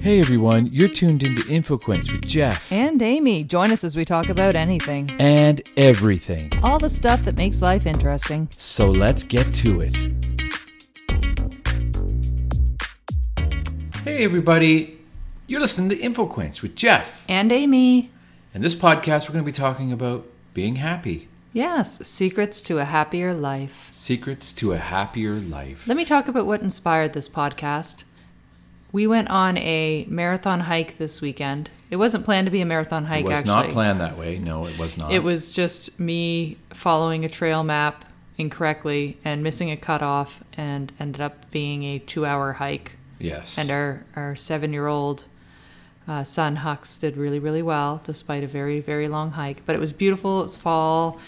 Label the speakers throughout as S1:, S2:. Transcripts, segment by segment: S1: Hey everyone, you're tuned into InfoQuench with Jeff
S2: And Amy, join us as we talk about anything.
S1: and everything.
S2: All the stuff that makes life interesting.
S1: So let's get to it. Hey everybody, you're listening to InfoQuench with Jeff.
S2: And Amy.
S1: And this podcast, we're going to be talking about being happy,
S2: Yes, secrets to a happier life.
S1: secrets to a happier life.
S2: Let me talk about what inspired this podcast. We went on a marathon hike this weekend. It wasn't planned to be a marathon hike,
S1: It was
S2: actually.
S1: not planned that way. No, it was not.
S2: It was just me following a trail map incorrectly and missing a cutoff and ended up being a two hour hike.
S1: Yes.
S2: And our, our seven year old uh, son Hux did really, really well despite a very, very long hike. But it was beautiful. It's fall.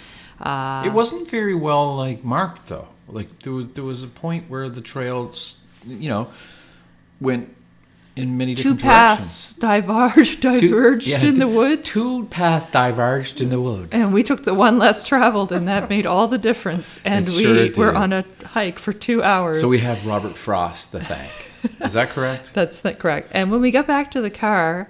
S2: Uh,
S1: It wasn't very well like marked though. Like there was, there was a point where the trails, you know, went in many
S2: two
S1: different directions.
S2: paths diverged, diverged
S1: yeah,
S2: in
S1: two-
S2: the woods.
S1: Two path diverged in the woods.
S2: and we took the one less traveled, and that made all the difference. And
S1: It
S2: we
S1: sure
S2: were
S1: did.
S2: on a hike for two hours.
S1: So we have Robert Frost to thank. Is that correct?
S2: That's th- correct. And when we got back to the car,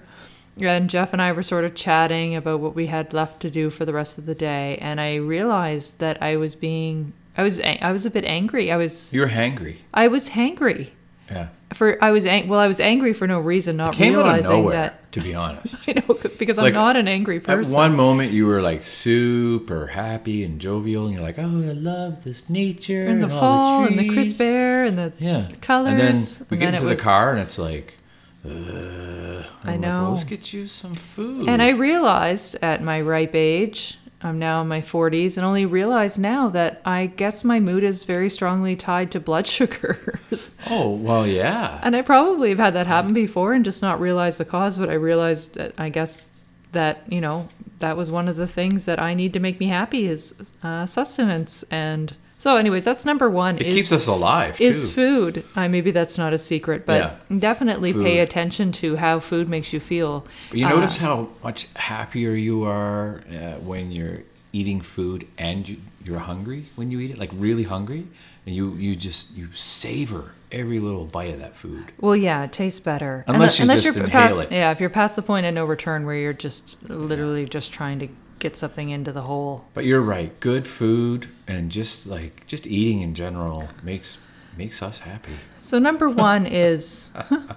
S2: and Jeff and I were sort of chatting about what we had left to do for the rest of the day, and I realized that I was being, I was, an- I was a bit angry. I was,
S1: You're hangry.
S2: I was hangry
S1: Yeah.
S2: for, I was, ang- well, I was angry for no reason, not
S1: Came out of
S2: realizing
S1: nowhere,
S2: that,
S1: to be honest.
S2: you know, because I'm
S1: Like,
S2: not an angry
S1: At
S2: person.
S1: one moment, you were like super happy and jovial, and you're like, "Oh, I love this nature
S2: in the
S1: and all
S2: fall, and the
S1: trees."
S2: crisp air, and the
S1: yeah
S2: colors.
S1: And then we get
S2: then
S1: into
S2: it
S1: the
S2: was-
S1: car, and it's like, uh, I'm like, "Well,
S2: know.
S1: let's get you some food.
S2: And I realized at my ripe age, I'm now in my 40s, and only realize now that I guess my mood is very strongly tied to blood sugars.
S1: oh well, yeah.
S2: and I probably have had that happen before and just not realized the cause, but I realized, that I guess, that, you know, that was one of the things that I need to make me happy is uh, sustenance. And so, anyways, that's number one.
S1: It
S2: is-
S1: keeps us alive too.
S2: is food. I maybe that's not a secret, but definitely pay
S1: Food.
S2: attention to how food makes you feel. Uh,
S1: But you notice how much happier you are uh, when you're eating food and you, you're hungry when you eat it, like really hungry, and you you just you savor every little bite of that food.
S2: Well, yeah, it tastes better.
S1: Unless you just
S2: you're
S1: inhale
S2: past,
S1: it.
S2: Yeah, if you're past the point of no return where you're just literally just trying to get something into the hole.
S1: But you're right, good food and just like just eating in general makes makes us happy.
S2: So number one is.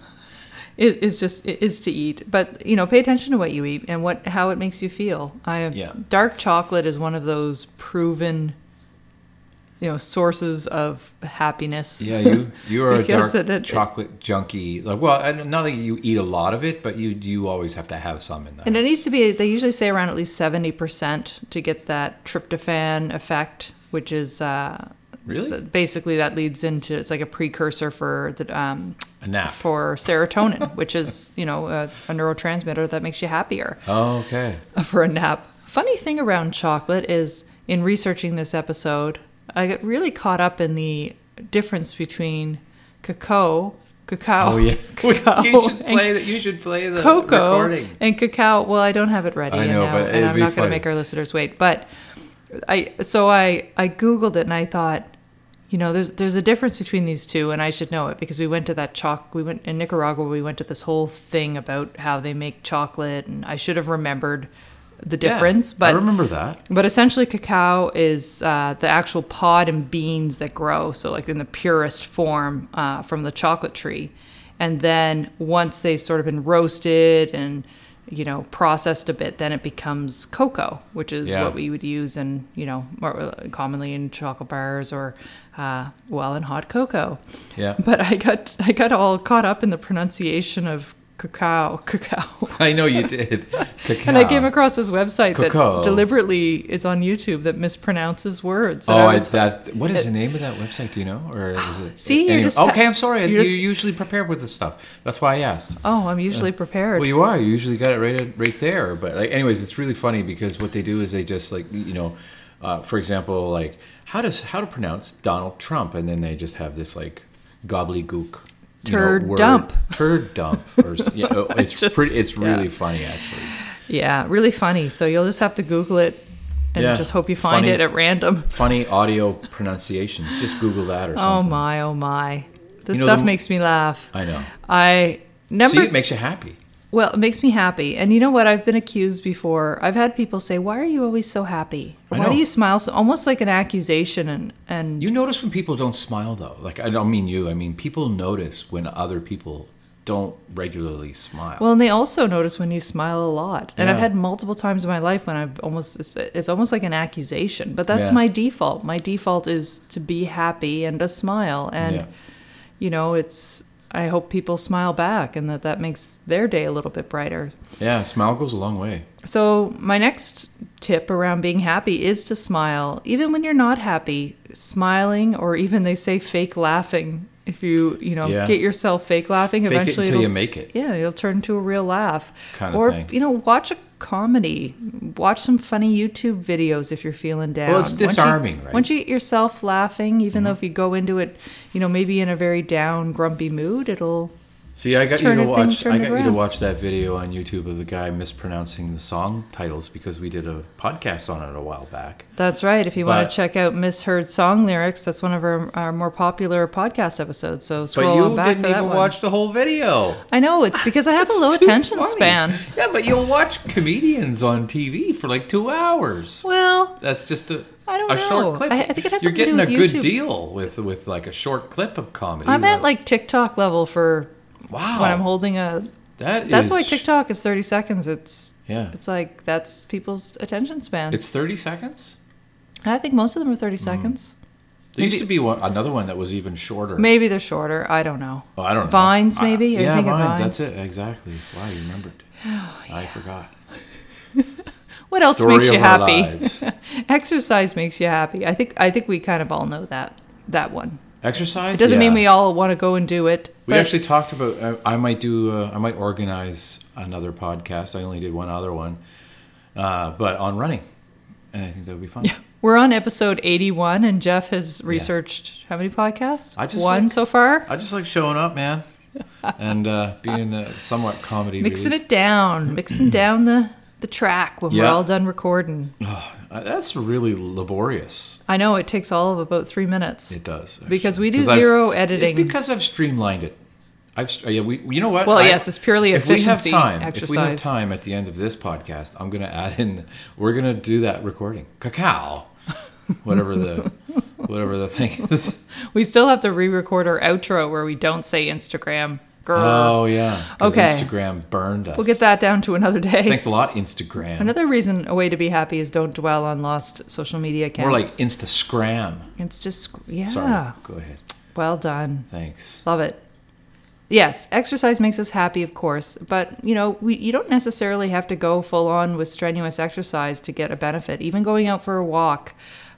S2: Is, is just is to eat but you know pay attention to what you eat and what how it makes you feel i
S1: Yeah.
S2: dark chocolate is one of those proven you know sources of happiness
S1: Yeah, you you are a
S2: Because
S1: dark
S2: it- it-
S1: chocolate junkie. Like, well, I- not that you eat a lot of it, but you you always have to have some in there.
S2: And it needs to be, they usually say around at least 70% to get that tryptophan effect, which is uh,
S1: Really,
S2: basically that leads into it's like a precursor for the um,
S1: a nap.
S2: for serotonin, which is, you know, a, a neurotransmitter that makes you happier
S1: Oh, okay.
S2: for a nap. Funny thing around chocolate is in researching this episode, I got really caught up in the difference between cacao, cacao,
S1: Oh yeah.
S2: cacao,
S1: you should
S2: and
S1: play that. You should play the
S2: cocoa
S1: recording.
S2: and cacao. Well, I don't have it ready
S1: I
S2: and
S1: know,
S2: now,
S1: but
S2: and
S1: it'd
S2: I'm
S1: be
S2: not going
S1: funny.
S2: to make our listeners wait. But I so I I googled it and I thought, you know, there's there's a difference between these two, and I should know it because we went to that chalk. We went in Nicaragua. We went to this whole thing about how they make chocolate, and I should have remembered the
S1: Yeah,
S2: difference.
S1: I
S2: but
S1: remember that.
S2: but essentially, cacao is uh, the actual pod and beans that grow, so like in the purest form uh, from the chocolate tree. And then once they've sort of been roasted and you know processed a bit, then it becomes cocoa, which is
S1: Yeah.
S2: what we would use in you know more uh, commonly in chocolate bars or uh, well in hot cocoa.
S1: Yeah.
S2: But I got I got all caught up in the pronunciation of cacao, cacao.
S1: I know you did. Cacao.
S2: And I came across this website
S1: Cacao.
S2: that deliberately is on YouTube that mispronounces words.
S1: Oh,
S2: And
S1: I,
S2: was-
S1: that. What is the name of that website? Do you know, or is it?
S2: See, you're just-
S1: okay, I'm sorry. You're,
S2: you're just-
S1: usually prepared with this stuff. That's why I asked.
S2: oh, I'm usually prepared.
S1: Well, you are. You usually got it right right there. But like, anyways, it's really funny because what they do is they just like you know, uh, for example, like how does how to pronounce Donald Trump, and then they just have this like gobbledygook. you know,
S2: Turd
S1: word.
S2: dump.
S1: Turd dump. Or, s- yeah, oh, it's
S2: just-
S1: pretty. It's
S2: yeah.
S1: really funny, actually.
S2: yeah, really funny. So you'll just have to Google it and
S1: Yeah,
S2: just hope you find
S1: funny.
S2: it at random.
S1: Funny audio pronunciations. Just Google that or
S2: Oh
S1: something.
S2: my, oh my. This
S1: You know,
S2: stuff
S1: the-
S2: makes me laugh.
S1: I know.
S2: I Number
S1: See, it makes you happy.
S2: Well, it makes me happy. And you know what? I've been accused before. I've had people say, "Why are you always so happy?
S1: I
S2: Why do
S1: know.
S2: you smile?" So almost like an accusation and and
S1: You notice when people don't smile, though. Like, I don't mean you. I mean, people notice when other people don't regularly smile.
S2: well, and they also notice when you smile a lot. And I've
S1: Yeah.
S2: had multiple times in my life when I've almost it's, it's almost like an accusation, but that's
S1: Yeah.
S2: my default. My default is to be happy and to smile and
S1: Yeah.
S2: you know, it's I hope people smile back and that that makes their day a little bit brighter.
S1: yeah, smile goes a long way.
S2: So, my next tip around being happy is to smile. Even when you're not happy, smiling or even they say fake laughing. If you, you know,
S1: Yeah.
S2: get yourself fake laughing,
S1: Fake it
S2: eventually
S1: until you
S2: it'll-
S1: make it.
S2: Yeah, it'll turn into a real laugh.
S1: Kinda
S2: or,
S1: thing.
S2: you know, watch a comedy. Watch some funny YouTube videos if you're feeling down.
S1: it's
S2: Once you-
S1: disarming, right? Mm-hmm.
S2: Once you get yourself laughing, even though if you go into it, you know, maybe in a very down, grumpy mood, it'll
S1: See, I got
S2: Turn
S1: you
S2: it
S1: to
S2: then,
S1: watch.
S2: turn
S1: I
S2: it
S1: got you to
S2: around.
S1: watch that video on YouTube of the guy mispronouncing the song titles because we did a podcast on it a while back.
S2: That's right. If you want
S1: But-
S2: to check out misheard song lyrics, that's one of our, our more popular podcast episodes. So
S1: But
S2: scroll
S1: you
S2: on back
S1: didn't
S2: for that
S1: even
S2: one.
S1: watch the whole video.
S2: I know it's because I have a
S1: It's
S2: low
S1: too
S2: attention
S1: funny.
S2: span.
S1: Yeah, but you'll watch comedians on TV for like two hours.
S2: Well,
S1: That's just a
S2: I don't
S1: a
S2: know.
S1: short clip.
S2: I- I think it has
S1: You're
S2: something to do
S1: getting a
S2: with
S1: good
S2: YouTube.
S1: deal with with like a short clip of comedy.
S2: I'm at
S1: Like,
S2: like TikTok level for
S1: wow.
S2: when I'm holding a.
S1: that
S2: That's
S1: Oh. is-
S2: why TikTok is 30 seconds. It's
S1: Yeah.
S2: It's like that's people's attention span.
S1: It's Mm-hmm. 30 seconds.
S2: I think most of them are 30 seconds.
S1: There used to be one, another one that was even shorter.
S2: Maybe they're shorter. I don't know.
S1: Oh, I don't know.
S2: Vines,
S1: I-
S2: maybe? Are you
S1: yeah,
S2: thinking
S1: vines,
S2: Vines?
S1: That's it. Exactly. Wow, you remembered. I forgot.
S2: What else
S1: Story
S2: makes
S1: of
S2: you
S1: our
S2: happy?
S1: lives.
S2: Exercise makes you happy. I think. I think we kind of all know that. That one.
S1: Exercise
S2: It doesn't
S1: Yeah.
S2: mean we all want to go and do it.
S1: We
S2: but-
S1: actually talked about. Uh, I might do. Uh, I might organize another podcast. I only did one other one, uh, but on running, and I think that would be fun.
S2: We're on episode 81, and Jeff has researched how many podcasts?
S1: I just
S2: One
S1: like-
S2: so far.
S1: I just like showing up, man, and uh, being uh, somewhat comedy.
S2: Mixing it down, mixing down the, the track when we're
S1: Yeah.
S2: all done recording.
S1: Uh, that's really laborious.
S2: I know it takes all of about three minutes.
S1: It does actually.
S2: Because we do
S1: 'Cause I've-
S2: zero
S1: It's
S2: editing.
S1: because I've streamlined it. I've st- yeah, we you know what?
S2: Well, yes, it's purely
S1: if we have
S2: efficiency
S1: time. If we have
S2: exercise.
S1: time at the end of this podcast, I'm gonna add in. We're gonna do that recording. Cacao, whatever the whatever the thing is.
S2: We still have to re record our outro where we don't say Instagram. Girl.
S1: Oh yeah. 'cause
S2: Okay.
S1: Instagram burned us.
S2: we'll get that down to another day.
S1: Thanks a lot, Instagram.
S2: Another reason, a way to be happy is don't dwell on lost social media accounts.
S1: More like Instascram.
S2: it's just, yeah.
S1: Sorry. Go ahead.
S2: Well done.
S1: Thanks.
S2: Love it. Yes, exercise makes us happy, of course, but you know, we, you don't necessarily have to go full on with strenuous exercise to get a benefit. Even going out for a walk,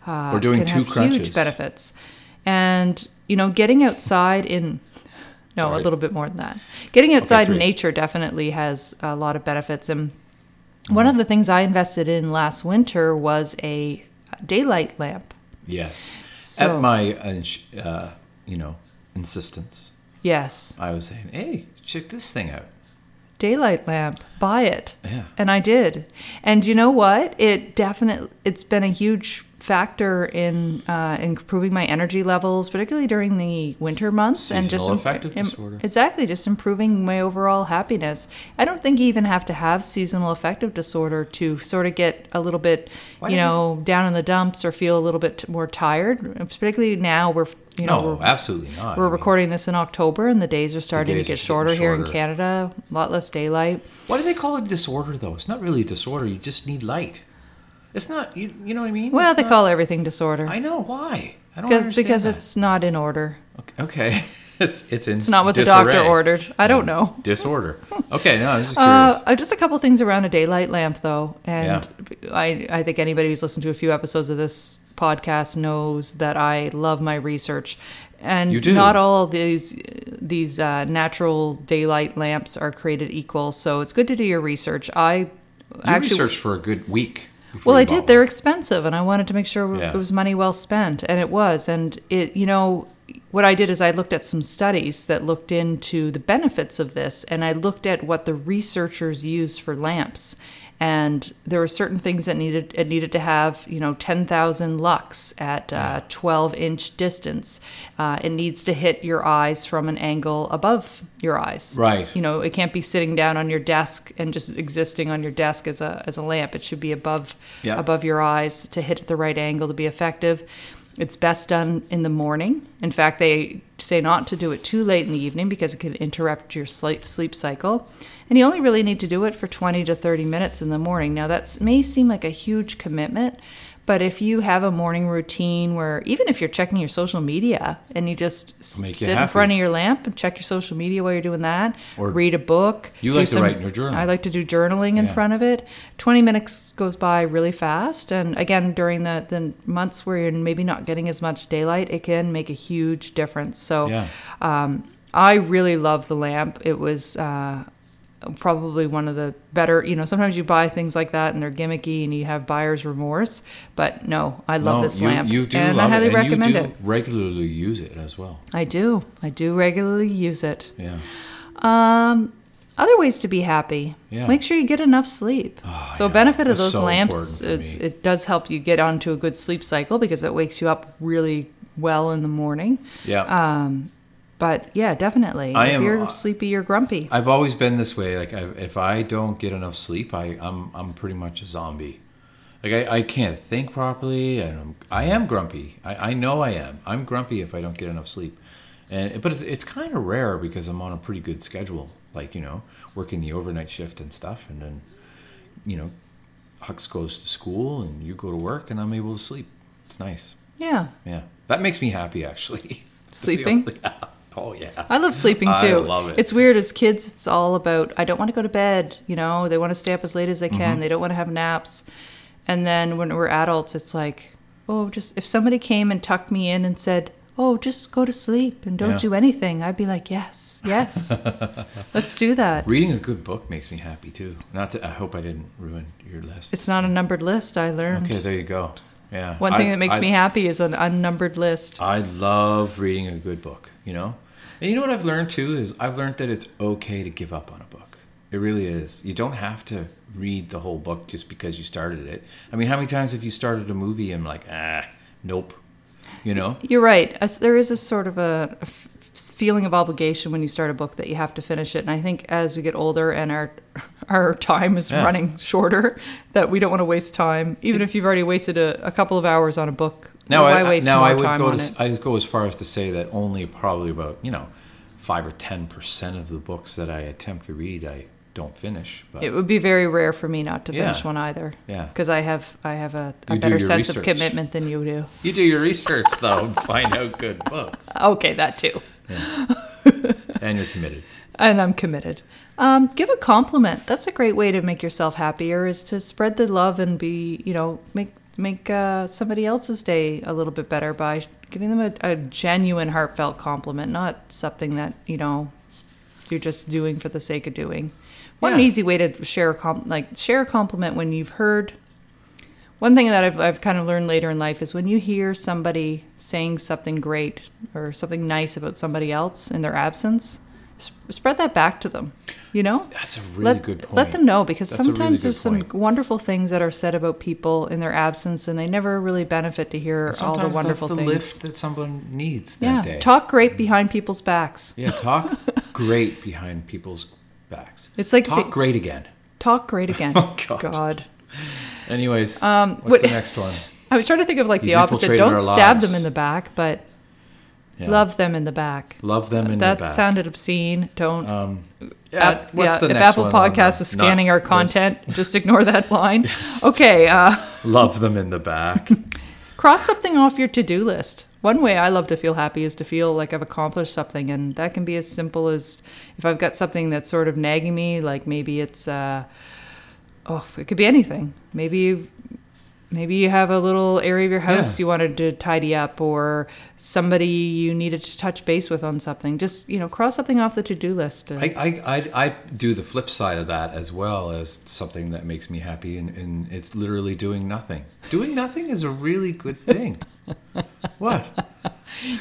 S2: uh,
S1: Or doing
S2: can
S1: two
S2: have
S1: crunches.
S2: huge benefits, and you know, getting outside in no, a
S1: Sorry.
S2: little bit more than that. Getting outside in
S1: three.
S2: nature definitely has a lot of benefits, and one of the things I invested in last winter was a daylight lamp.
S1: Yes.
S2: So-
S1: At my ins- uh, you know insistence,
S2: Yes,
S1: I was saying, hey, check this thing out.
S2: daylight lamp. Buy it.
S1: Yeah.
S2: And I did. And you know what? It definitely it's been a huge factor in uh, improving my energy levels, particularly during the winter months, and just
S1: Seasonal affective disorder.
S2: exactly just improving my overall happiness. I don't think you even have to have seasonal affective disorder to sort of get a little bit, you
S1: do you-
S2: know, down in the dumps or feel a little bit more tired. Particularly now we're you know
S1: No,
S2: we're,
S1: absolutely not.
S2: we're
S1: I mean,
S2: recording this in October, and the days are starting
S1: days
S2: to
S1: are
S2: get
S1: getting
S2: shorter here in
S1: shorter.
S2: Canada. A lot less daylight.
S1: Why do they call it disorder though? It's not really a disorder. You just need light. It's not. You, you know what I mean?
S2: Well,
S1: It's
S2: they
S1: not-
S2: call everything disorder
S1: I know why. I don't
S2: because
S1: understand.
S2: because
S1: that.
S2: it's not in order.
S1: okay. okay. it's it's in
S2: It's not what the doctor
S1: disarray.
S2: ordered. I don't know.
S1: Disorder. Okay. No, I'm just
S2: Uh,
S1: curious.
S2: uh, just a couple things around a daylight lamp, though, and I I think anybody who's listened to a few episodes of this podcast knows that I love my research, and
S1: You do.
S2: not all these these uh, natural daylight lamps are created equal. So it's good to do your research. I
S1: you
S2: actually
S1: researched for a good week. before you
S2: Well, I
S1: bought
S2: did.
S1: one.
S2: They're expensive, and I wanted to make sure
S1: Yeah.
S2: it was money well spent, and it was. And it, you know, what I did is I looked at some studies that looked into the benefits of this, and I looked at what the researchers use for lamps. and there were certain things that needed it needed to have you know 10,000 lux at uh, 12 inch distance. Uh, it needs to hit your eyes from an angle above your eyes.
S1: Right.
S2: You know, it can't be sitting down on your desk and just existing on your desk as a as a lamp. It should be above
S1: Yeah.
S2: above your eyes to hit at the right angle to be effective. It's best done in the morning. In fact, they say not to do it too late in the evening because it can interrupt your sleep sleep cycle. And you only really need to do it for 20 to 30 minutes in the morning. Now, that may seem like a huge commitment, but if you have a morning routine where even if you're checking your social media and you just s-
S1: Make you
S2: sit in
S1: happy.
S2: front of your lamp and check your social media while you're doing that,
S1: Or-
S2: read a book.
S1: You like
S2: do
S1: to write in your journal.
S2: I like to do journaling in
S1: Yeah.
S2: front of it. 20 minutes goes by really fast. And again, during the, the months where you're maybe not getting as much daylight, it can make a huge difference. So
S1: Yeah.
S2: um, I really love the lamp. It was uh, probably one of the better, you know, sometimes you buy things like that and they're gimmicky and you have buyer's remorse. But no, I love
S1: no,
S2: this
S1: you,
S2: lamp.
S1: You do
S2: and
S1: love
S2: I highly
S1: it, and
S2: recommend
S1: you do
S2: it.
S1: regularly use it as well.
S2: I do. I do regularly use it.
S1: Yeah.
S2: Um, other ways to be happy.
S1: Yeah. Ah,
S2: Make sure you get enough sleep. so
S1: yeah.
S2: benefit of
S1: That's
S2: those
S1: so
S2: lamps,
S1: important for
S2: it's,
S1: me.
S2: it does help you get onto a good sleep cycle because it wakes you up really well in the morning.
S1: Yeah.
S2: Um, but yeah, definitely.
S1: I
S2: if
S1: am- uh,
S2: you're sleepy, you're grumpy.
S1: I've always been this way. Like I, if I don't get enough sleep, I, I'm I'm pretty much a zombie. Like I, I can't think properly, and I'm, I am grumpy. I, I know I am. I'm grumpy if I don't get enough sleep, and but it's, it's kind of rare because I'm on a pretty good schedule. Like you know, working the overnight shift and stuff, and then you know, Hux goes to school and you go to work, and I'm able to sleep. It's nice.
S2: yeah.
S1: Yeah, that makes me happy actually.
S2: Sleeping?
S1: oh yeah.
S2: I love sleeping
S1: I
S2: too.
S1: love it.
S2: It's weird as kids, it's all about I don't want to go to bed, you know, they want to stay up as late as they can,
S1: Mm-hmm.
S2: they don't want to have naps. And then when we're adults, it's like, oh, just if somebody came and tucked me in and said, "Oh, just go to sleep and don't
S1: Yeah.
S2: do anything." I'd be like, "Yes, yes. let's do that."
S1: Reading a good book makes me happy too. Not to, I hope I didn't ruin your list.
S2: It's not a numbered list, I learned.
S1: okay, there you go. Yeah.
S2: One thing
S1: I-
S2: that makes
S1: I-
S2: me happy is an unnumbered list.
S1: I love reading a good book, you know? And you know what I've learned too is I've learned that it's okay to give up on a book. It really is. You don't have to read the whole book just because you started it. I mean, how many times have you started a movie and like, ah, nope. You know?
S2: You're right. As- There is a sort of a, a f- feeling of obligation when you start a book that you have to finish it. And I think as we get older and our our time is
S1: Yeah.
S2: running shorter, that we don't want to waste time. Even if you've already wasted a, a couple of hours on a book,
S1: Now
S2: why
S1: I, I
S2: waste
S1: now
S2: more
S1: I would
S2: time
S1: go
S2: on
S1: to
S2: it?
S1: I would go as far as to say that only probably about, you know, 5 or 10% of the books that I attempt to read I don't finish, but
S2: It would be very rare for me not to
S1: Yeah.
S2: finish one either.
S1: Yeah.
S2: because I have I have a, a
S1: You do
S2: better
S1: your
S2: sense of
S1: research.
S2: commitment than you do.
S1: You do your research though and find out good books.
S2: Okay, that too.
S1: And you're committed.
S2: and I'm committed. Um, give a compliment. That's a great way to make yourself happier. Is to spread the love and be, you know, make make uh, somebody else's day a little bit better by giving them a, a genuine, heartfelt compliment, not something that you know you're just doing for the sake of doing. One
S1: Yeah.
S2: easy way to share a comp- like share a compliment when you've heard. One thing that I've, I've kind of learned later in life is when you hear somebody saying something great or something nice about somebody else in their absence, sp- spread that back to them. You know,
S1: That's a really
S2: let,
S1: good point.
S2: Let them know because
S1: That's a really
S2: sometimes
S1: good
S2: there's
S1: point.
S2: some wonderful things that are said about people in their absence, and they never really benefit to hear all
S1: Sometimes
S2: the wonderful
S1: that's the
S2: things.
S1: lift that someone needs that
S2: yeah,
S1: day. Mm.
S2: talk great behind people's backs.
S1: yeah, talk great behind people's backs.
S2: It's like
S1: talk
S2: the-
S1: great again.
S2: Talk great again.
S1: Oh, God. Anyways,
S2: Um,
S1: what's
S2: what-
S1: the next one?
S2: I was trying to think of like
S1: He's
S2: the opposite.
S1: infiltrated
S2: Don't
S1: our
S2: stab
S1: lives.
S2: them in the back, but
S1: Yeah.
S2: love them in the back.
S1: love them in
S2: that
S1: the back.
S2: sounded obscene. Don't.
S1: um, yeah,
S2: App-
S1: what's
S2: yeah,
S1: the
S2: if
S1: next
S2: Apple
S1: one on the
S2: Podcast is
S1: not
S2: scanning our
S1: list?
S2: content, just ignore that line. Okay, uh,
S1: love them in the back.
S2: cross something off your to-do list one way i love to feel happy is to feel like i've accomplished something and that can be as simple as if i've got something that's sort of nagging me like maybe it's uh oh it could be anything maybe you maybe you have a little area of your house
S1: Yeah.
S2: you wanted to tidy up or somebody you needed to touch base with on something just you know cross something off the to-do list and-
S1: I, I, I, I do the flip side of that as well as something that makes me happy, and, and it's literally doing nothing. Doing nothing is a really good thing. what?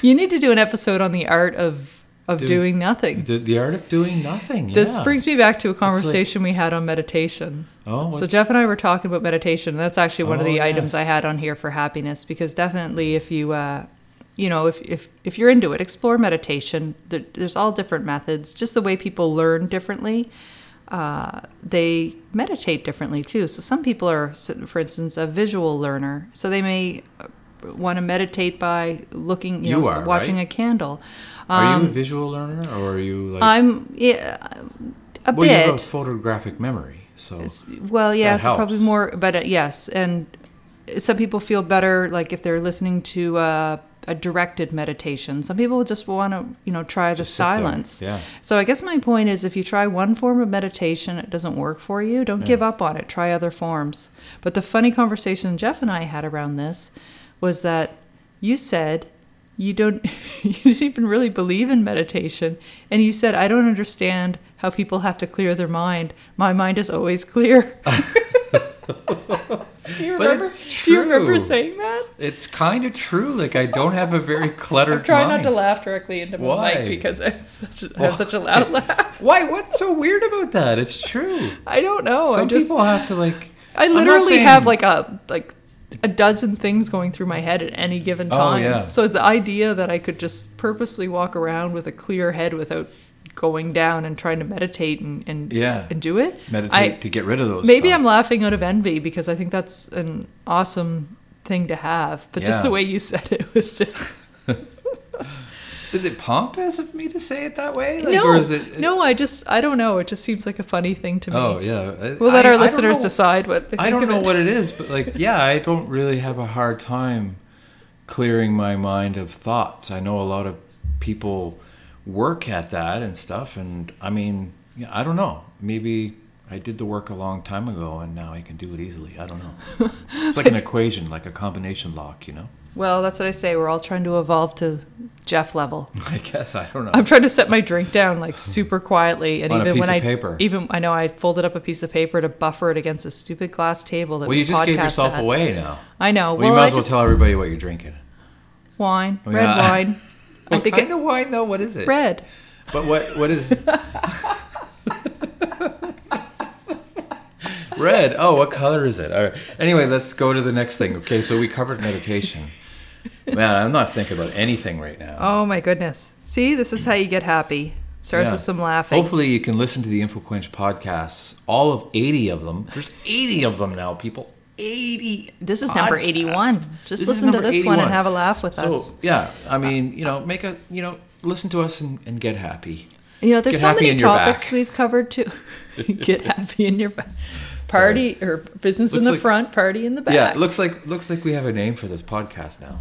S2: you need to do an episode on the art of of
S1: Doing-
S2: doing nothing.
S1: The, the art of doing nothing.
S2: This
S1: yeah.
S2: brings me back to a conversation we had on meditation.
S1: Oh,
S2: So
S1: what-
S2: Jeff and I were talking about meditation. That's actually one of
S1: Oh,
S2: the items I
S1: yes.
S2: had on here for happiness because definitely if you uh, you know if, if if you're into it, explore meditation. There, there's all different methods. Just the way people learn differently, uh, they meditate differently too. So some people are, for instance, a visual learner, so they may want to meditate by looking, you,
S1: You
S2: know,
S1: are,
S2: watching
S1: right?
S2: a candle. Uh,
S1: Are you a visual learner or are you like?
S2: um, I'm yeah, a
S1: well,
S2: bit.
S1: you have a photographic memory, so
S2: It's- well yes
S1: That
S2: probably
S1: helps.
S2: more but uh, yes and some people feel better like if they're listening to uh, a directed meditation some people just want to you know try the
S1: Just sit there,
S2: silence
S1: yeah.
S2: so i guess my point is if you try one form of meditation it doesn't work for you don't give up on it try other forms but the funny conversation jeff and i had around this was that you said you don't you didn't even really believe in meditation and you said i don't understand how people have to clear their mind my mind is always clear do you
S1: But
S2: remember,
S1: it's
S2: do you remember
S1: true.
S2: saying that
S1: it's kind of true. Like I don't have a very cluttered
S2: i'm trying
S1: mind.
S2: not to laugh directly into my mic
S1: Why?
S2: because I have, such a, I have such a loud laugh
S1: Why? What's so weird about that? It's true.
S2: i don't know Oh, i
S1: Some
S2: just
S1: people have to like.
S2: i
S1: I'm not
S2: literally
S1: saying-
S2: have like a like a dozen things going through my head at any given
S1: Oh,
S2: time
S1: yeah.
S2: so the idea that i could just purposely walk around with a clear head without going down and trying to meditate and and,
S1: Yeah.
S2: and do it
S1: meditate
S2: I-
S1: to get rid of those.
S2: Maybe I'm
S1: thoughts.
S2: laughing out of envy because I think that's an awesome thing to have. But just
S1: Yeah.
S2: the way you said it was just
S1: Is it pompous of me to say it that way? Like,
S2: no,
S1: or is it?
S2: no. I just I don't know. It just seems like a funny thing to me.
S1: Oh yeah.
S2: we'll let
S1: I- I
S2: our
S1: don't
S2: listeners
S1: know.
S2: decide what they think
S1: I don't
S2: of
S1: know
S2: it.
S1: what it is, but like, yeah, I don't really have a hard time clearing my mind of thoughts. I know a lot of people work at that and stuff, and I mean, yeah, I don't know. Maybe I did the work a long time ago, and now I can do it easily. I don't know. It's like an equation, like a combination lock, you know.
S2: Well, that's what I say. We're all trying to evolve to Jeff level.
S1: I guess I don't know.
S2: I'm trying to set my drink down like super quietly, and
S1: On a
S2: even
S1: piece
S2: when
S1: of
S2: I
S1: paper.
S2: even I know I folded up a piece of paper to buffer it against a stupid glass table that
S1: well,
S2: we
S1: you just gave
S2: podcast
S1: yourself
S2: at.
S1: away now.
S2: I know.
S1: Well, you might as
S2: I
S1: well
S2: just-
S1: tell everybody what you're drinking.
S2: wine,
S1: Oh,
S2: red
S1: yeah.
S2: wine. I think
S1: kind
S2: it,
S1: of wine though? What is it?
S2: red.
S1: But what what is red? Oh, what color is it? All right. Anyway, let's go to the next thing. Okay, so we covered meditation. Man, I'm not thinking about anything right now.
S2: Oh my goodness. See, this is how you get happy. Starts
S1: Yeah.
S2: with some laughing.
S1: Hopefully, you can listen to the InfoQuench podcasts, all of 80 of them. There's 80 of them now, people. 80.
S2: This is number
S1: podcasts.
S2: 81. Just
S1: is
S2: listen to
S1: number
S2: this one and
S1: 81.
S2: have a laugh with
S1: so,
S2: us.
S1: yeah, I mean, you know, make a, you know, listen to us and, and get happy.
S2: You know, there's
S1: get
S2: so
S1: happy
S2: many
S1: in your
S2: topics
S1: back.
S2: we've covered too. get happy in your back. Party or business in
S1: Looks
S2: the
S1: like-
S2: front, party in the back.
S1: Yeah, it looks like looks like we have a name for this podcast now.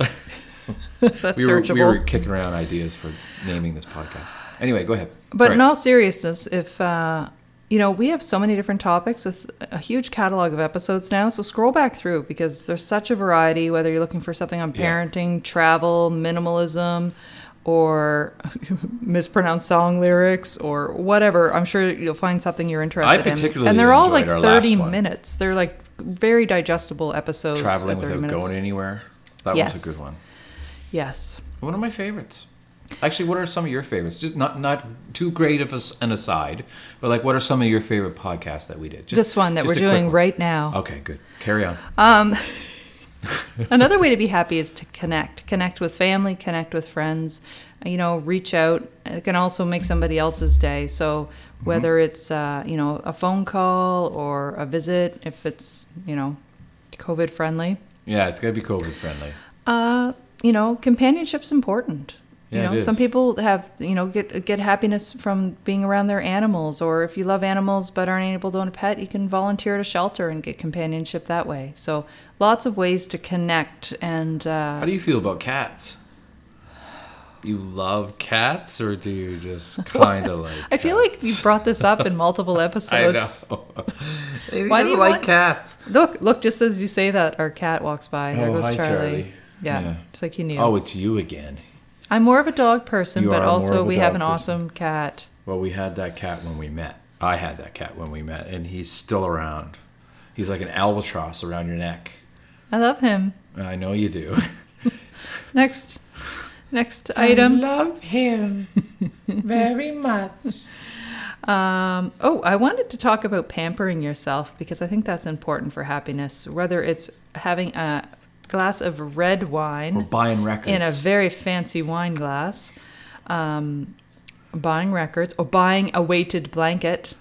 S2: that's
S1: we were,
S2: searchable.
S1: we were kicking around ideas for naming this podcast. Anyway, go ahead.
S2: But in
S1: Sorry.
S2: all seriousness, if uh, you know, we have so many different topics with a huge catalog of episodes now. So scroll back through because there's such a variety. Whether you're looking for something on
S1: Yeah.
S2: parenting, travel, minimalism, or mispronounced song lyrics, or whatever, I'm sure you'll find something you're interested in.
S1: particularly
S2: And they're all like
S1: enjoyed our last
S2: 30
S1: one.
S2: minutes. They're like very digestible episodes. at
S1: traveling
S2: 30
S1: without
S2: minutes.
S1: going anywhere. That
S2: Yes.
S1: was a good one.
S2: Yes.
S1: One of my favorites. Actually, what are some of your favorites? Just not not too great of us an aside, but like, what are some of your favorite podcasts that we did? Just,
S2: This one that
S1: just a
S2: we're
S1: quick
S2: doing
S1: one.
S2: right now.
S1: Okay, good. Carry on.
S2: Another way to be happy is to connect. Connect with family, connect with friends, Uh, you know, reach out. It can also make somebody else's day. So,
S1: Mm-hmm.
S2: whether it's, uh, you know, a phone call or a visit, if it's, you know, COVID friendly,
S1: yeah, it's got to be COVID friendly.
S2: uh, you know, companionship's important. You
S1: Yeah, it
S2: know, some
S1: is.
S2: people have you know get get happiness from being around their animals, or if you love animals but aren't able to own a pet, you can volunteer at a shelter and get companionship that way. So, lots of ways to connect and. Uh,
S1: How do you feel about cats? You love cats, or do you just kind of like?
S2: I feel like you brought this up in multiple
S1: I know.
S2: episodes. Why
S1: Why
S2: do
S1: do
S2: you
S1: like
S2: want-
S1: cats?
S2: Look, look! Just as you say that, our cat walks by. There
S1: Oh,
S2: goes
S1: hi,
S2: Charlie.
S1: Charlie.
S2: Yeah,
S1: Yeah.
S2: it's like he knew.
S1: Oh, it's you again.
S2: I'm more of a dog person,
S1: You
S2: but
S1: are more of
S2: also
S1: a
S2: we have
S1: dog
S2: an
S1: person.
S2: awesome cat.
S1: Well, we had that cat when we met. I had that cat when we met, and he's still around. He's like an albatross around your neck.
S2: I love him.
S1: I know you do.
S2: Next, next item.
S1: love him very much.
S2: Um, oh, I wanted to talk about pampering yourself because I think that's important for happiness, whether it's having a glass of red wine
S1: We're buying records.
S2: in a very fancy wine glass, um, buying records, or buying a weighted blanket.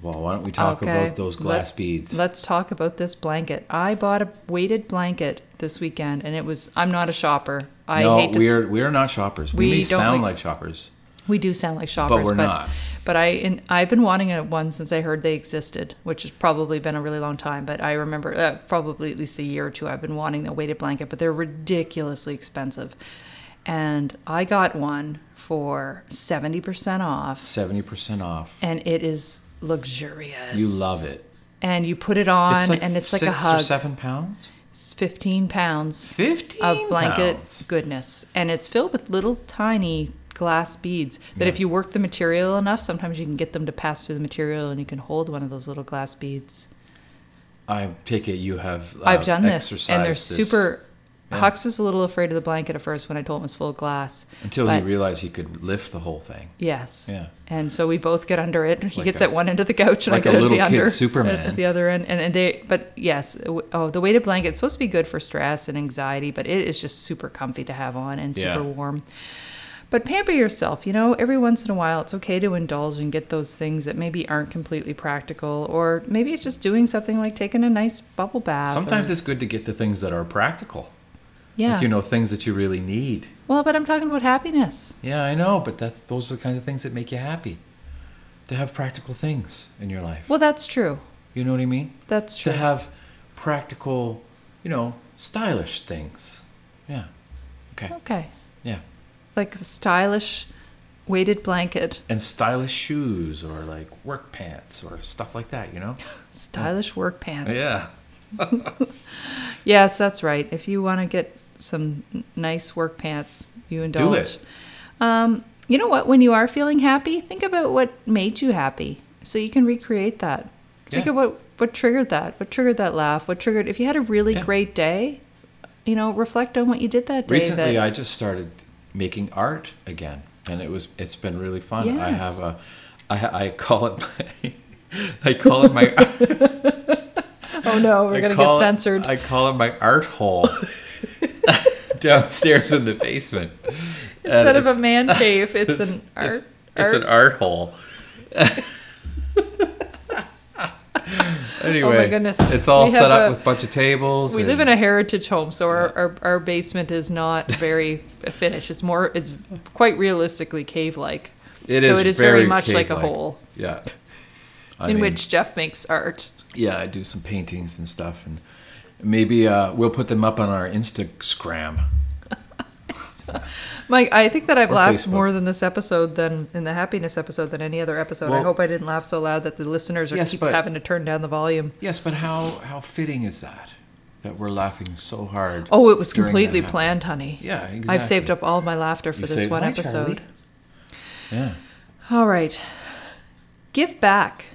S1: well, why don't we talk
S2: Okay,
S1: about those
S2: let-
S1: glass beads?
S2: Let's talk about this blanket. I bought a weighted blanket this weekend, and it was. I'm not a shopper. I
S1: no,
S2: hate to.
S1: we're we're not shoppers. We,
S2: We
S1: may
S2: don't
S1: sound
S2: like-
S1: like shoppers.
S2: we do sound like shoppers,
S1: But we're not.
S2: But I and I've been wanting a one since I heard they existed, which has probably been a really long time. But I remember uh, probably at least a year or two. I've been wanting the weighted blanket, but they're ridiculously expensive, and I got one for seventy percent off,
S1: Seventy percent off.
S2: and it is luxurious.
S1: You love it.
S2: and you put it on,
S1: it's like
S2: and it's like
S1: six
S2: a hug.
S1: or seven pounds.
S2: It's 15 pounds
S1: Fifteen
S2: of blanket
S1: pounds.
S2: goodness. And it's filled with little tiny glass beads that if you work the material enough, sometimes you can get them to pass through the material and you can hold one of those little glass beads.
S1: I take it you have. Uh,
S2: I've done this and they're
S1: exercised this
S2: super.
S1: Yeah.
S2: Hux was a little afraid of the blanket at first when I told him it was full of glass.
S1: Until
S2: but-
S1: he realized he could lift the whole thing.
S2: Yes.
S1: Yeah.
S2: And so we both get under it. He
S1: Like
S2: gets
S1: a-
S2: at one end of the couch, and
S1: like
S2: I
S1: a
S2: get at
S1: little
S2: the
S1: kid
S2: other.
S1: Superman.
S2: At the other end, and, and they. But yes, it w- oh, the weighted blanket it's supposed to be good for stress and anxiety, but it is just super comfy to have on and super
S1: Yeah.
S2: warm. But pamper yourself. You know, every once in a while, it's okay to indulge and get those things that maybe aren't completely practical, or maybe it's just doing something like taking a nice bubble bath.
S1: Sometimes
S2: or,
S1: it's good to get the things that are practical.
S2: yeah.
S1: Like, you know, things that you really need.
S2: well, but I'm talking about happiness.
S1: Yeah, I know, but that's those are the kind of things that make you happy. To have practical things in your life.
S2: Well, that's true.
S1: You know what I mean?
S2: That's true.
S1: To have practical, you know, stylish things. Yeah. Okay.
S2: okay.
S1: Yeah.
S2: like a stylish weighted blanket,
S1: And stylish shoes or like work pants or stuff like that, you know?
S2: stylish work pants.
S1: Yeah.
S2: Yes, that's right. If you want to get some n- nice work pants, you indulge.
S1: it.
S2: Um, you know what? When you are feeling happy, think about what made you happy, so you can recreate that. Think
S1: Yeah.
S2: of what what triggered that. What triggered that laugh? What triggered? If you had a really
S1: Yeah.
S2: great day, you know, reflect on what you did that day.
S1: Recently,
S2: that,
S1: I just started making art again, and it was it's been really fun. I
S2: Yes.
S1: have a, I, ha- I call it my, I call it my
S2: oh no, we're
S1: I
S2: gonna
S1: call
S2: get
S1: it-
S2: censored.
S1: I call it my art hole downstairs in the basement. And
S2: Instead of a
S1: it's-
S2: man cave, it's,
S1: it's-
S2: an art. Oh
S1: It's, it's an art hole. anyway,
S2: goodness.
S1: it's all
S2: We
S1: set
S2: have
S1: up
S2: a-
S1: with a bunch of tables.
S2: We live
S1: and-
S2: in a heritage home, so our, our, our basement is not very finished. It's more, it's quite realistically cave like.
S1: It
S2: so
S1: is
S2: it is very much like a
S1: cave-like.
S2: hole.
S1: Yeah. I
S2: in
S1: mean,
S2: which Jeff makes art.
S1: yeah, I do some paintings and stuff, and maybe uh, we'll put them up on our Instagram.
S2: Mike, I think that I've
S1: Or
S2: laughed
S1: Facebook.
S2: more than this episode than in the happiness episode than any other episode. I
S1: Well-
S2: hope I didn't laugh so loud that the listeners are
S1: Yes,
S2: keep
S1: but-
S2: having to turn down the volume.
S1: Yes, but how how fitting is that? That we're laughing so hard.
S2: Oh, it was
S1: during that
S2: completely
S1: happening.
S2: planned, honey.
S1: Yeah, exactly.
S2: I've saved up all my laughter for
S1: You
S2: this
S1: saved-
S2: one
S1: Hi,
S2: episode.
S1: Charlie. Yeah.
S2: All right. Give back.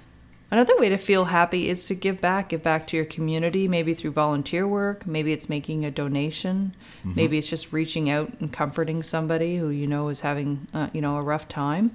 S2: Another way to feel happy is to give back. Give back to your community, maybe through volunteer work. Maybe it's making a donation.
S1: Mm-hmm.
S2: Maybe it's just reaching out and comforting somebody who you know is having, uh, you know, a rough time.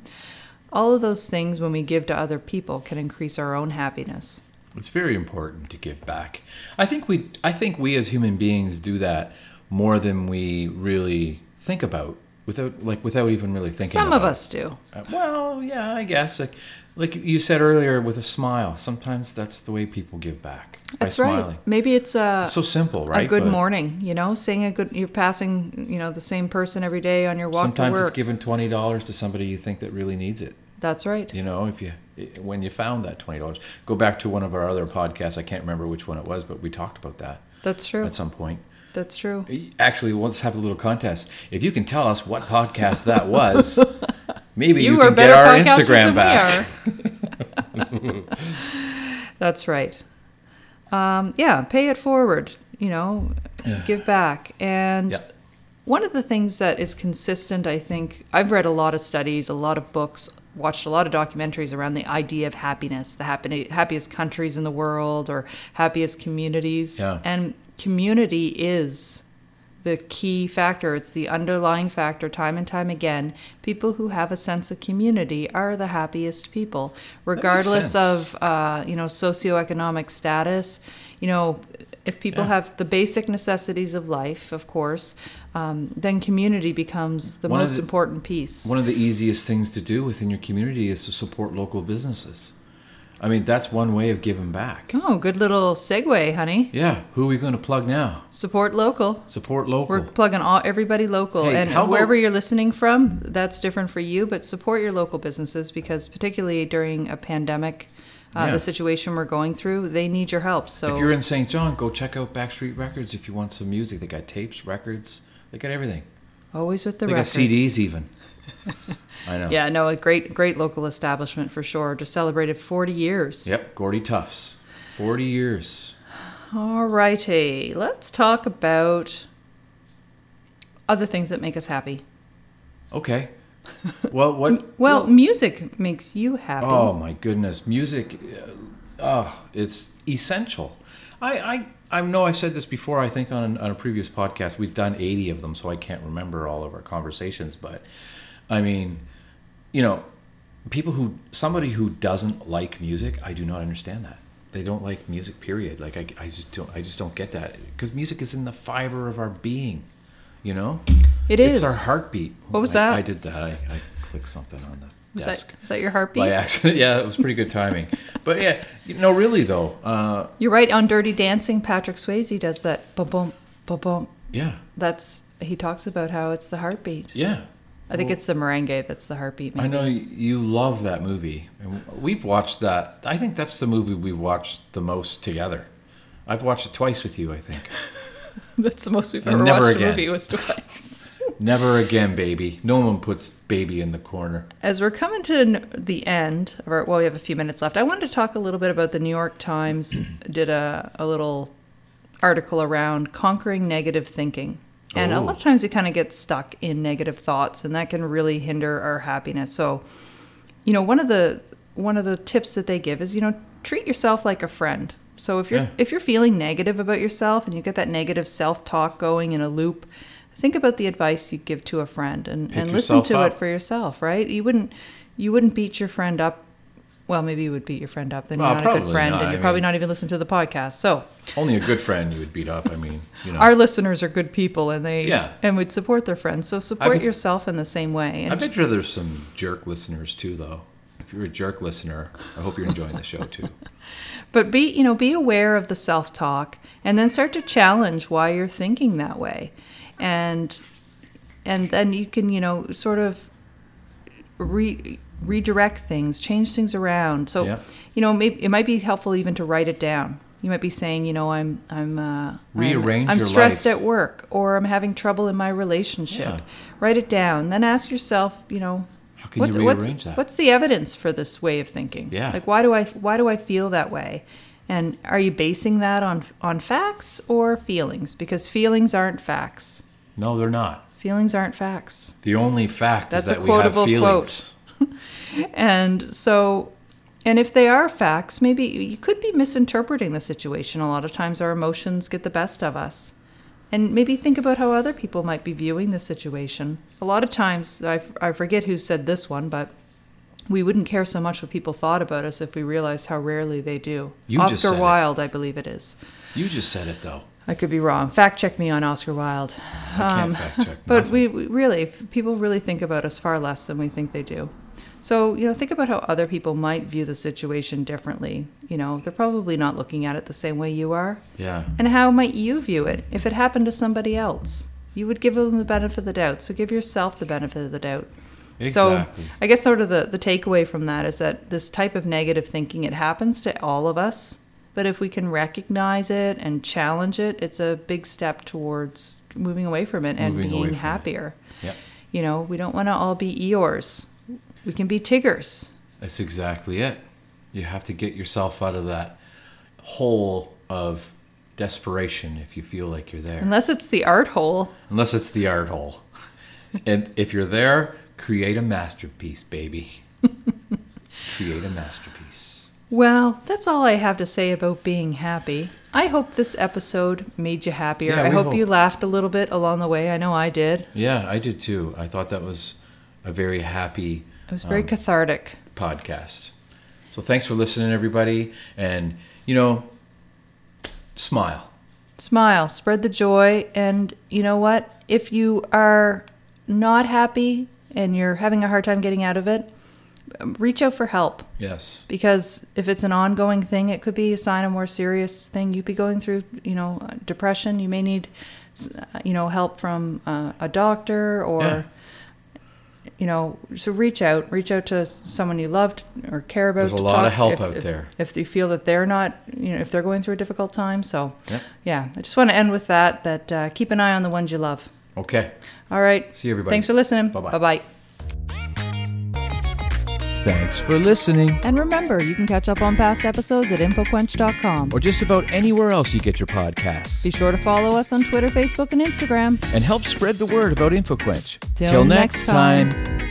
S2: All of those things, when we give to other people, can increase our own happiness.
S1: It's very important to give back. I think we I think we as human beings do that more than we really think about without like without even really thinking
S2: Some
S1: about
S2: of us do.
S1: it. Uh, Well, yeah, I guess like like you said earlier with a smile. Sometimes that's the way people give back
S2: That's
S1: by
S2: right.
S1: smiling.
S2: Maybe it's a
S1: It's so simple, right?
S2: a good
S1: But
S2: morning. You know, saying a good. You're passing, you know, the same person every day on your walk to
S1: Sometimes
S2: work.
S1: it's giving twenty dollars to somebody you think that really needs it.
S2: That's right.
S1: You know, if you when you found that twenty dollars, go back to one of our other podcasts. I can't remember which one it was, but we talked about that
S2: That's true.
S1: at some point.
S2: That's true.
S1: Actually, we'll just have a little contest. If you can tell us what podcast that was, maybe you,
S2: you, are
S1: can get
S2: better
S1: our
S2: podcasters
S1: Instagram
S2: than
S1: back.
S2: We are. That's right. Um, yeah, pay it forward. You know, give back. And
S1: Yeah.
S2: one of the things that is consistent, I think, I've read a lot of studies, a lot of books, watched a lot of documentaries around the idea of happiness, the happy, happiest countries in the world or happiest communities.
S1: Yeah.
S2: And community is the key factor, it's the underlying factor time and time again. People who have a sense of community are the happiest people, regardless
S1: sense.
S2: of uh, you know socioeconomic status. You know, if people
S1: Yeah.
S2: have the basic necessities of life, of course, um, then community becomes the
S1: One of
S2: most
S1: the-
S2: important piece.
S1: One of the easiest things to do within your community is to support local businesses. I mean, that's one way of giving back.
S2: Oh, good little segue, honey.
S1: Yeah, who are we going to plug now?
S2: Support local.
S1: Support
S2: We're
S1: local.
S2: plugging all everybody local,
S1: Hey,
S2: and
S1: how about-
S2: wherever you're listening from, that's different for you. But support your local businesses because, particularly during a pandemic, uh,
S1: Yeah.
S2: the situation we're going through, they need your help. So
S1: If you're in St. John, go check out Backstreet Records if you want some music. They got tapes, records, they got everything.
S2: always with the
S1: They
S2: records.
S1: got CDs even. I know.
S2: Yeah, no, a great great local establishment for sure. Just celebrated 40 years.
S1: Yep, Gordy Tufts. 40 years.
S2: All righty, let's talk about other things that make us happy.
S1: Okay. Well, what
S2: Well, music makes you happy.
S1: Oh my goodness, music! Uh, oh, it's essential. I, I, I know I said this before. I think on on a previous podcast we've done eighty of them, so I can't remember all of our conversations. But I mean, you know, people who somebody who doesn't like music, I do not understand that. They don't like music. Period. Like I, I just don't. I just don't get that because music is in the fiber of our being. You know,
S2: It
S1: It's
S2: is.
S1: our heartbeat.
S2: What was
S1: I-
S2: that?
S1: I did that. I, I clicked something on the
S2: was, that,
S1: desk
S2: was that your heartbeat?
S1: by accident. Yeah, it was pretty good timing. but yeah, you no, really though. Uh,
S2: You're right. On Dirty Dancing, Patrick Swayze does that. Boom, boom, boom, boom.
S1: yeah,
S2: That's he talks about how it's the heartbeat.
S1: yeah.
S2: I think it's the merengue that's the heartbeat.
S1: I
S2: Maybe.
S1: know y- you love that movie, and we've watched that. I think that's the movie we watched the most together. I've watched it twice with you. I think.
S2: That's the most we've
S1: And
S2: ever
S1: never
S2: watched a
S1: again.
S2: movie was twice.
S1: Never again, baby. No one puts baby in the corner.
S2: As we're coming to n- the end of our, well, we have a few minutes left. I wanted to talk a little bit about the New York Times did a, a little article around conquering negative thinking. And a
S1: Oh.
S2: lot of times we kind of get stuck in negative thoughts, and that can really hinder our happiness. So, you know, one of the one of the tips that they give is, you know, treat yourself like a friend. So if you're
S1: Yeah.
S2: if you're feeling negative about yourself and you get that negative self talk going in a loop, think about the advice you give to a friend and,
S1: Pick
S2: and listen
S1: yourself
S2: to
S1: up.
S2: it for yourself, right? You wouldn't you wouldn't beat your friend up. Well, maybe you would beat your friend up. Then
S1: Well,
S2: you're not a good
S1: probably
S2: friend,
S1: not.
S2: and
S1: I
S2: you're probably
S1: mean-
S2: not even listening to the podcast. So
S1: Only a good friend you would beat up. I mean, you know.
S2: our listeners are good people, and they
S1: Yeah.
S2: and would support their friends. So support
S1: bet-
S2: yourself in the same way.
S1: I
S2: And
S1: bet you there's some jerk listeners too, though. If you're a jerk listener, I hope you're enjoying the show too.
S2: but be you know be aware of the self talk and then start to challenge why you're thinking that way and and then you can you know sort of re- redirect things change things around so
S1: Yeah.
S2: you know maybe it might be helpful even to write it down you might be saying you know i'm i'm uh, I'm-
S1: Rearrange
S2: i'm,
S1: your
S2: stressed
S1: life.
S2: at work or i'm having trouble in my relationship
S1: Yeah.
S2: write it down then ask yourself you know
S1: How can
S2: what's,
S1: you
S2: what's-
S1: rearrange that?
S2: what's the evidence for this way of thinking
S1: Yeah.
S2: like why do i why do i feel that way and are you basing that on on facts or feelings because feelings aren't facts
S1: No, they're not.
S2: feelings aren't facts
S1: The only fact
S2: That's
S1: is that
S2: a
S1: we have
S2: quotable
S1: feelings.
S2: quote. and so and if they are facts maybe you could be misinterpreting the situation a lot of times our emotions get the best of us and maybe think about how other people might be viewing the situation a lot of times i, I forget who said this one but we wouldn't care so much what people thought about us if we realized how rarely they do
S1: You just
S2: oscar
S1: said it.
S2: wilde i believe it is
S1: You just said it though.
S2: i could be wrong fact check me on oscar wilde Um,
S1: I can't fact check.
S2: but
S1: nothing.
S2: we, we really, f- people really think about us far less than we think they do. So, you know, think about how other people might view the situation differently. You know, they're probably not looking at it the same way you are.
S1: yeah,
S2: And how might you view it if it happened to somebody else? You would give them the benefit of the doubt. So give yourself the benefit of the doubt.
S1: exactly.
S2: So I guess sort of the, the takeaway from that is that this type of negative thinking, it happens to all of us. But if we can recognize it and challenge it, it's a big step towards moving away from it and
S1: Moving away
S2: being
S1: from it.
S2: happier.
S1: yeah,
S2: You know, we don't want to all be Eeyores. We can be Tiggers.
S1: that's exactly it. You have to get yourself out of that hole of desperation if you feel like you're there.
S2: Unless it's the art hole.
S1: Unless it's the art hole. and if you're there, create a masterpiece, baby. create a masterpiece.
S2: Well, that's all I have to say about being happy. I hope this episode made you happier.
S1: Yeah,
S2: I
S1: we
S2: hope,
S1: hope.
S2: you laughed a little bit along the way. I know I did.
S1: Yeah, I did too. I thought that was a very happy
S2: It was
S1: Um,
S2: very cathartic.
S1: podcast. So thanks for listening, everybody. And, you know, smile.
S2: Smile, spread the joy, and you know what? If you are not happy and you're having a hard time getting out of it, um, reach out for help
S1: Yes.
S2: because if it's an ongoing thing, it could be a sign of more serious thing you'd be going through. You know, uh, depression. You may need, s- uh, you know, help from uh, a doctor or.
S1: Yeah.
S2: You know, so reach out, reach out to someone you love t- or care about.
S1: There's a
S2: to
S1: lot of
S2: talk
S1: help
S2: if-
S1: out
S2: if-
S1: there.
S2: If you feel that they're not, you know, if they're going through a difficult time, so
S1: Yep.
S2: yeah, I just want to end with that. That uh, keep an eye on the ones you love.
S1: Okay.
S2: All right.
S1: See you, everybody.
S2: Thanks for listening.
S1: Bye-bye.
S2: Bye bye.
S1: Thanks for listening.
S2: And remember, you can catch up on past episodes at infoquench.com.
S1: Or just about anywhere else you get your podcasts.
S2: Be sure to follow us on Twitter, Facebook, and Instagram.
S1: And help spread the word about InfoQuench.
S2: Till next time.